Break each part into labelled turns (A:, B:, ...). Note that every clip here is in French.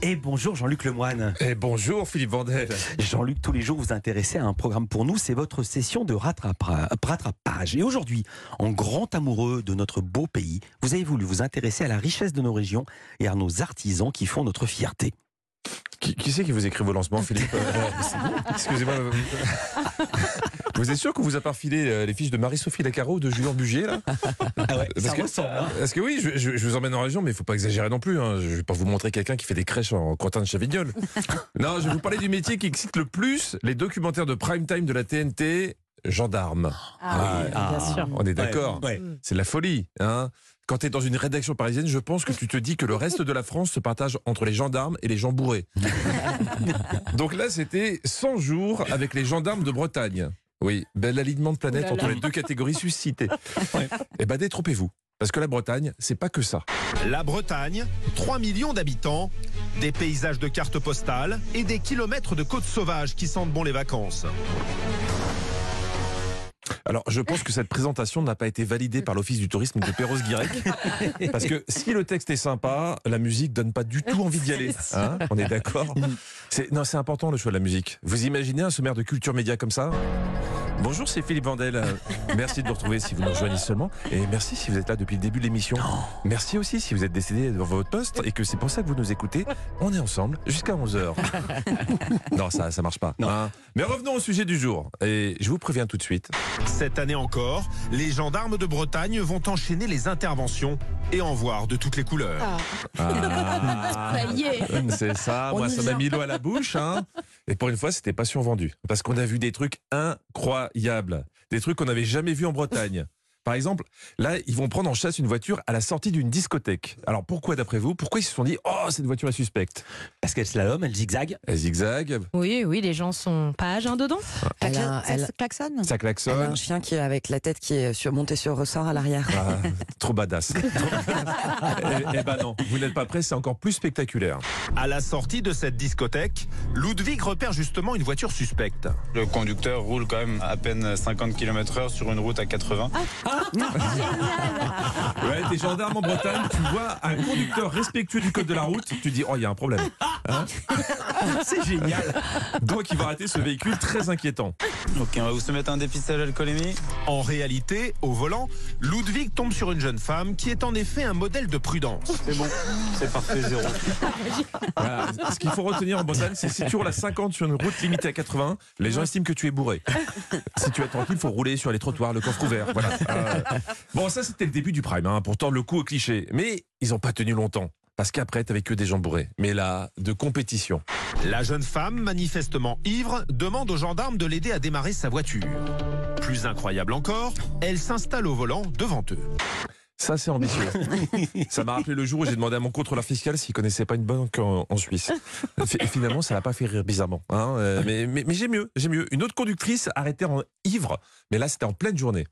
A: Et bonjour Jean-Luc Lemoine.
B: Et Eh, bonjour Philippe Vandel.
A: Jean-Luc, tous les jours vous intéressez à un programme pour nous, c'est votre session de rattrapera- rattrapage. Et aujourd'hui, en grand amoureux de notre beau pays, vous avez voulu vous intéresser à la richesse de nos régions et à nos artisans qui font notre fierté.
B: Qui, qui c'est qui vous écrit vos lancements, Philippe Euh, Excusez-moi. euh, Vous êtes sûr qu'on vous a pas filé euh, les fiches de Marie-Sophie Lacaro ou de Julien Bugier là
A: Ah ouais,
B: Parce que-
A: ressemble. hein.
B: Parce que oui, je, je- je vous emmène en région, mais il faut pas exagérer non plus. hein. Je vais pas vous montrer quelqu'un qui fait des crèches en Quentin de Chavignol. Non, je vais vous parler du métier qui excite le plus les documentaires de prime time de la TNT, gendarme.
C: Ah,
B: oui,
A: ah.
C: bien sûr.
B: On est d'accord
A: Ouais, ouais.
B: C'est de la folie, hein quand tu es dans une rédaction parisienne, je pense que tu te dis que le reste de la France se partage entre les gendarmes et les gens bourrés. Donc là, c'était 100 jours avec les gendarmes de Bretagne. Oui, bel alignement de planète
C: Ouh là
B: entre
C: là.
B: les deux catégories suscitées. Eh ben, détrompez-vous. Parce que la Bretagne, c'est pas que ça.
D: La Bretagne, 3 millions d'habitants, des paysages de cartes postales et des kilomètres de côtes sauvages qui sentent bon les vacances.
B: Alors, je pense que cette présentation n'a pas été validée par l'Office du tourisme de Perros-Guirec. Parce que si le texte est sympa, la musique donne pas du tout envie d'y aller. hein On est d'accord C'est- Non, c'est important le choix de la musique. Vous imaginez un sommaire de culture média comme ça Bonjour, c'est Philippe Vandel. Euh, Merci de nous retrouver si vous nous rejoignez seulement. Et merci si vous êtes là depuis le début de l'émission. Merci aussi si vous êtes décédé devant votre poste et que c'est pour ça que vous nous écoutez. On est ensemble jusqu'à 11h. non, ça ça marche pas.
A: Non.
B: hein. Mais revenons au sujet du jour. Et je vous préviens tout de suite.
D: Cette année encore, les gendarmes de Bretagne vont enchaîner les interventions et en voir de toutes les couleurs.
B: Ah.
C: Ça y est.
B: Hum, C'est ça,
C: On
B: moi
C: y
B: ça
C: vient.
B: m'a mis l'eau à la bouche. hein. Et pour une fois, c'était pas survendu. Parce qu'on a vu des trucs incroyables. Des trucs qu'on n'avait jamais vus en Bretagne. Par exemple, là, ils vont prendre en chasse une voiture à la sortie d'une discothèque. Alors pourquoi, d'après vous, pourquoi ils se sont dit Oh, cette voiture est suspecte
A: Parce qu'elle slalom, elle zigzague.
B: Elle zigzague,
E: Oui, oui, les gens sont pas à jeun dedans.
F: Elle
G: Elle
F: a-
G: a,
F: elle-
G: klaxonne.
B: ça
F: Elle a un
B: klaxonne.
F: chien qui est avec la tête qui est sur, montée sur ressort à l'arrière.
B: Ah, trop badass. eh, eh ben non, vous n'êtes pas prêts, c'est encore plus spectaculaire.
D: À la sortie de cette discothèque, Ludwig repère justement une voiture suspecte.
H: Le conducteur roule quand même à peine 50 km/h sur une route à 80.
B: Ouais, t'es gendarme en Bretagne, tu vois un conducteur respectueux du code de la route, tu dis oh il y a un problème. Hein
A: C'est génial.
B: Donc il va arrêter ce véhicule très inquiétant.
H: Ok, on va vous soumettre un déficit à l'alcoolémie.
D: En réalité, au volant, Ludwig tombe sur une jeune femme qui est en effet un modèle de prudence.
H: C'est bon, c'est parfait, zéro.
B: Voilà. Ce qu'il faut retenir en Bretagne, c'est si tu roules à 50 sur une route limitée à 80, les gens estiment que tu es bourré. Si tu es tranquille, faut rouler sur les trottoirs, le coffre ouvert. Voilà. Euh, Bon, ça c'était le début du prime, hein. pourtant le coup au cliché. Mais ils ont pas tenu longtemps. Parce qu'après, t'avais que des gens bourrés. Mais là, de compétition.
D: La jeune femme, manifestement ivre, demande aux gendarmes de l'aider à démarrer sa voiture. Plus incroyable encore, elle s'installe au volant devant eux.
B: Ça, c'est ambitieux. ça m'a rappelé le jour où j'ai demandé à mon contrôleur fiscal s'il connaissait pas une banque en, en Suisse. F- et finalement, ça l'a pas fait rire bizarrement. hein. Euh, mais mais- mais j'ai mieux, j'ai mieux. Une autre conductrice arrêtée en ivre, mais là, c'était en pleine journée.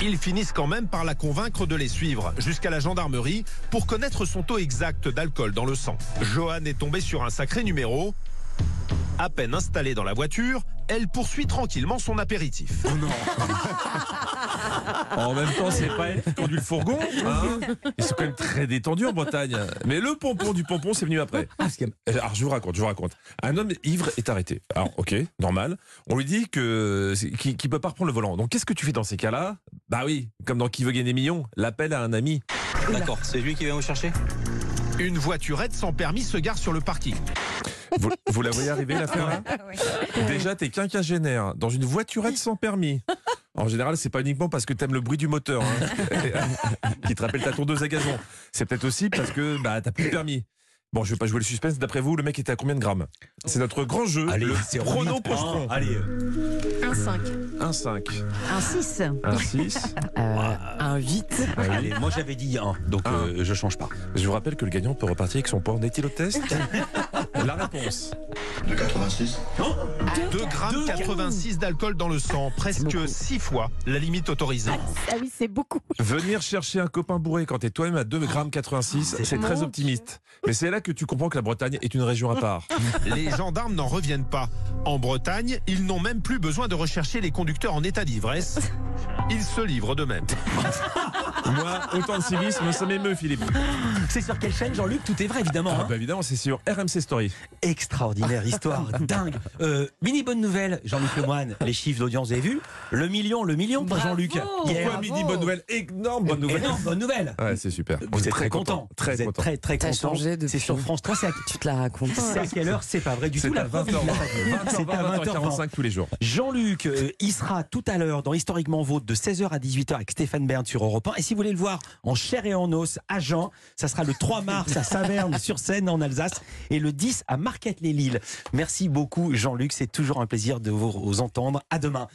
D: Ils finissent quand même par la convaincre de les suivre jusqu'à la gendarmerie pour connaître son taux exact d'alcool dans le sang. Johan est tombée sur un sacré numéro. À peine installée dans la voiture, elle poursuit tranquillement son apéritif.
B: En même temps, c'est pas elle qui conduit le fourgon. hein. Ils sont quand même très détendus en Bretagne. Mais le pompon du pompon, c'est venu après. Euh, Alors, je vous raconte, je vous raconte. Un homme ivre est arrêté. Alors, ok, normal. On lui dit que qu'il ne peut pas reprendre le volant. Donc, qu'est-ce que tu fais dans ces cas-là Bah oui, comme dans Qui veut gagner millions, l'appel à un ami.
H: D'accord, c'est lui qui vient vous chercher
D: Une voiturette sans permis se gare sur le parking.
B: Vous, vous la voyez arriver l'affaire là Déjà, t'es quinquagénaire dans une voiturette sans permis. En général, c'est pas uniquement parce que t'aimes le bruit du moteur hein, et, euh, qui te rappelle ta tondeuse à gazon. C'est peut-être aussi parce que bah t'as plus de permis. Bon, je vais pas jouer le suspense. D'après vous, le mec était à combien de grammes C'est notre grand jeu. le Ah pronom postron.
A: Hein, Allez.
C: Un 5.
B: Un 5,
G: Un 6.
B: un 6.
G: un 8.
A: Allez, moi j'avais dit 1, donc
B: Un.
A: euh, je change pas.
B: Je vous rappelle que le gagnant peut repartir avec son port d'éthylotest. La réponse.
D: 2 grammes 86 d'alcool dans le sang, presque 6 fois la limite autorisée.
C: Ah oui, c'est beaucoup.
B: Venir chercher un copain bourré quand t'es toi-même à
A: Ah.
B: 2,86 g, c'est très optimiste. Mais c'est là que tu comprends que la Bretagne est une région à part.
D: Les gendarmes n'en reviennent pas. En Bretagne, ils n'ont même plus besoin de rechercher les conducteurs en état d'ivresse. Ils se livrent d'eux-mêmes.
B: Moi, autant de civisme, ça m'émeut, Philippe.
A: C'est sur quelle chaîne, Jean-Luc Tout est vrai, évidemment.
B: Ah,
A: hein.
B: bah, évidemment, c'est sur RMC Story.
A: Extraordinaire histoire, dingue. Euh, mini bonne nouvelle, Jean-Luc Lemoine. Les chiffres d'audience, vous avez vu Le million, le million pour
E: Bravo.
A: Jean-Luc. Hier.
B: Pourquoi midi bonne nouvelle Énorme bonne nouvelle.
A: Énorme, Eh bonne nouvelle.
B: Ouais, c'est super. On
A: Vous
B: est
A: êtes très content.
B: Très
A: Vous êtes
B: content.
A: très très
F: T'as
A: content.
F: changé depuis.
A: C'est sur France 3, c'est à,
F: Tu te la racontes.
A: c'est à quelle heure C'est pas vrai du tout.
B: C'est
A: la
B: à 20h20.
A: preuve, il l'a pas dit. C'est à
B: 20h20,
A: 20h45.
B: 45 tous les jours.
A: Jean-Luc, euh, il sera tout à l'heure dans Historiquement Vôtre de 16h à 18h avec Stéphane Bern sur Europe 1. Et si vous voulez le voir en chair et en os à Jean, ça sera le 3 mars à Saverne sur Seine en Alsace et le 10 à Marquette-les-Lilles. Merci beaucoup Jean-Luc, c'est toujours un plaisir de vous entendre. À demain.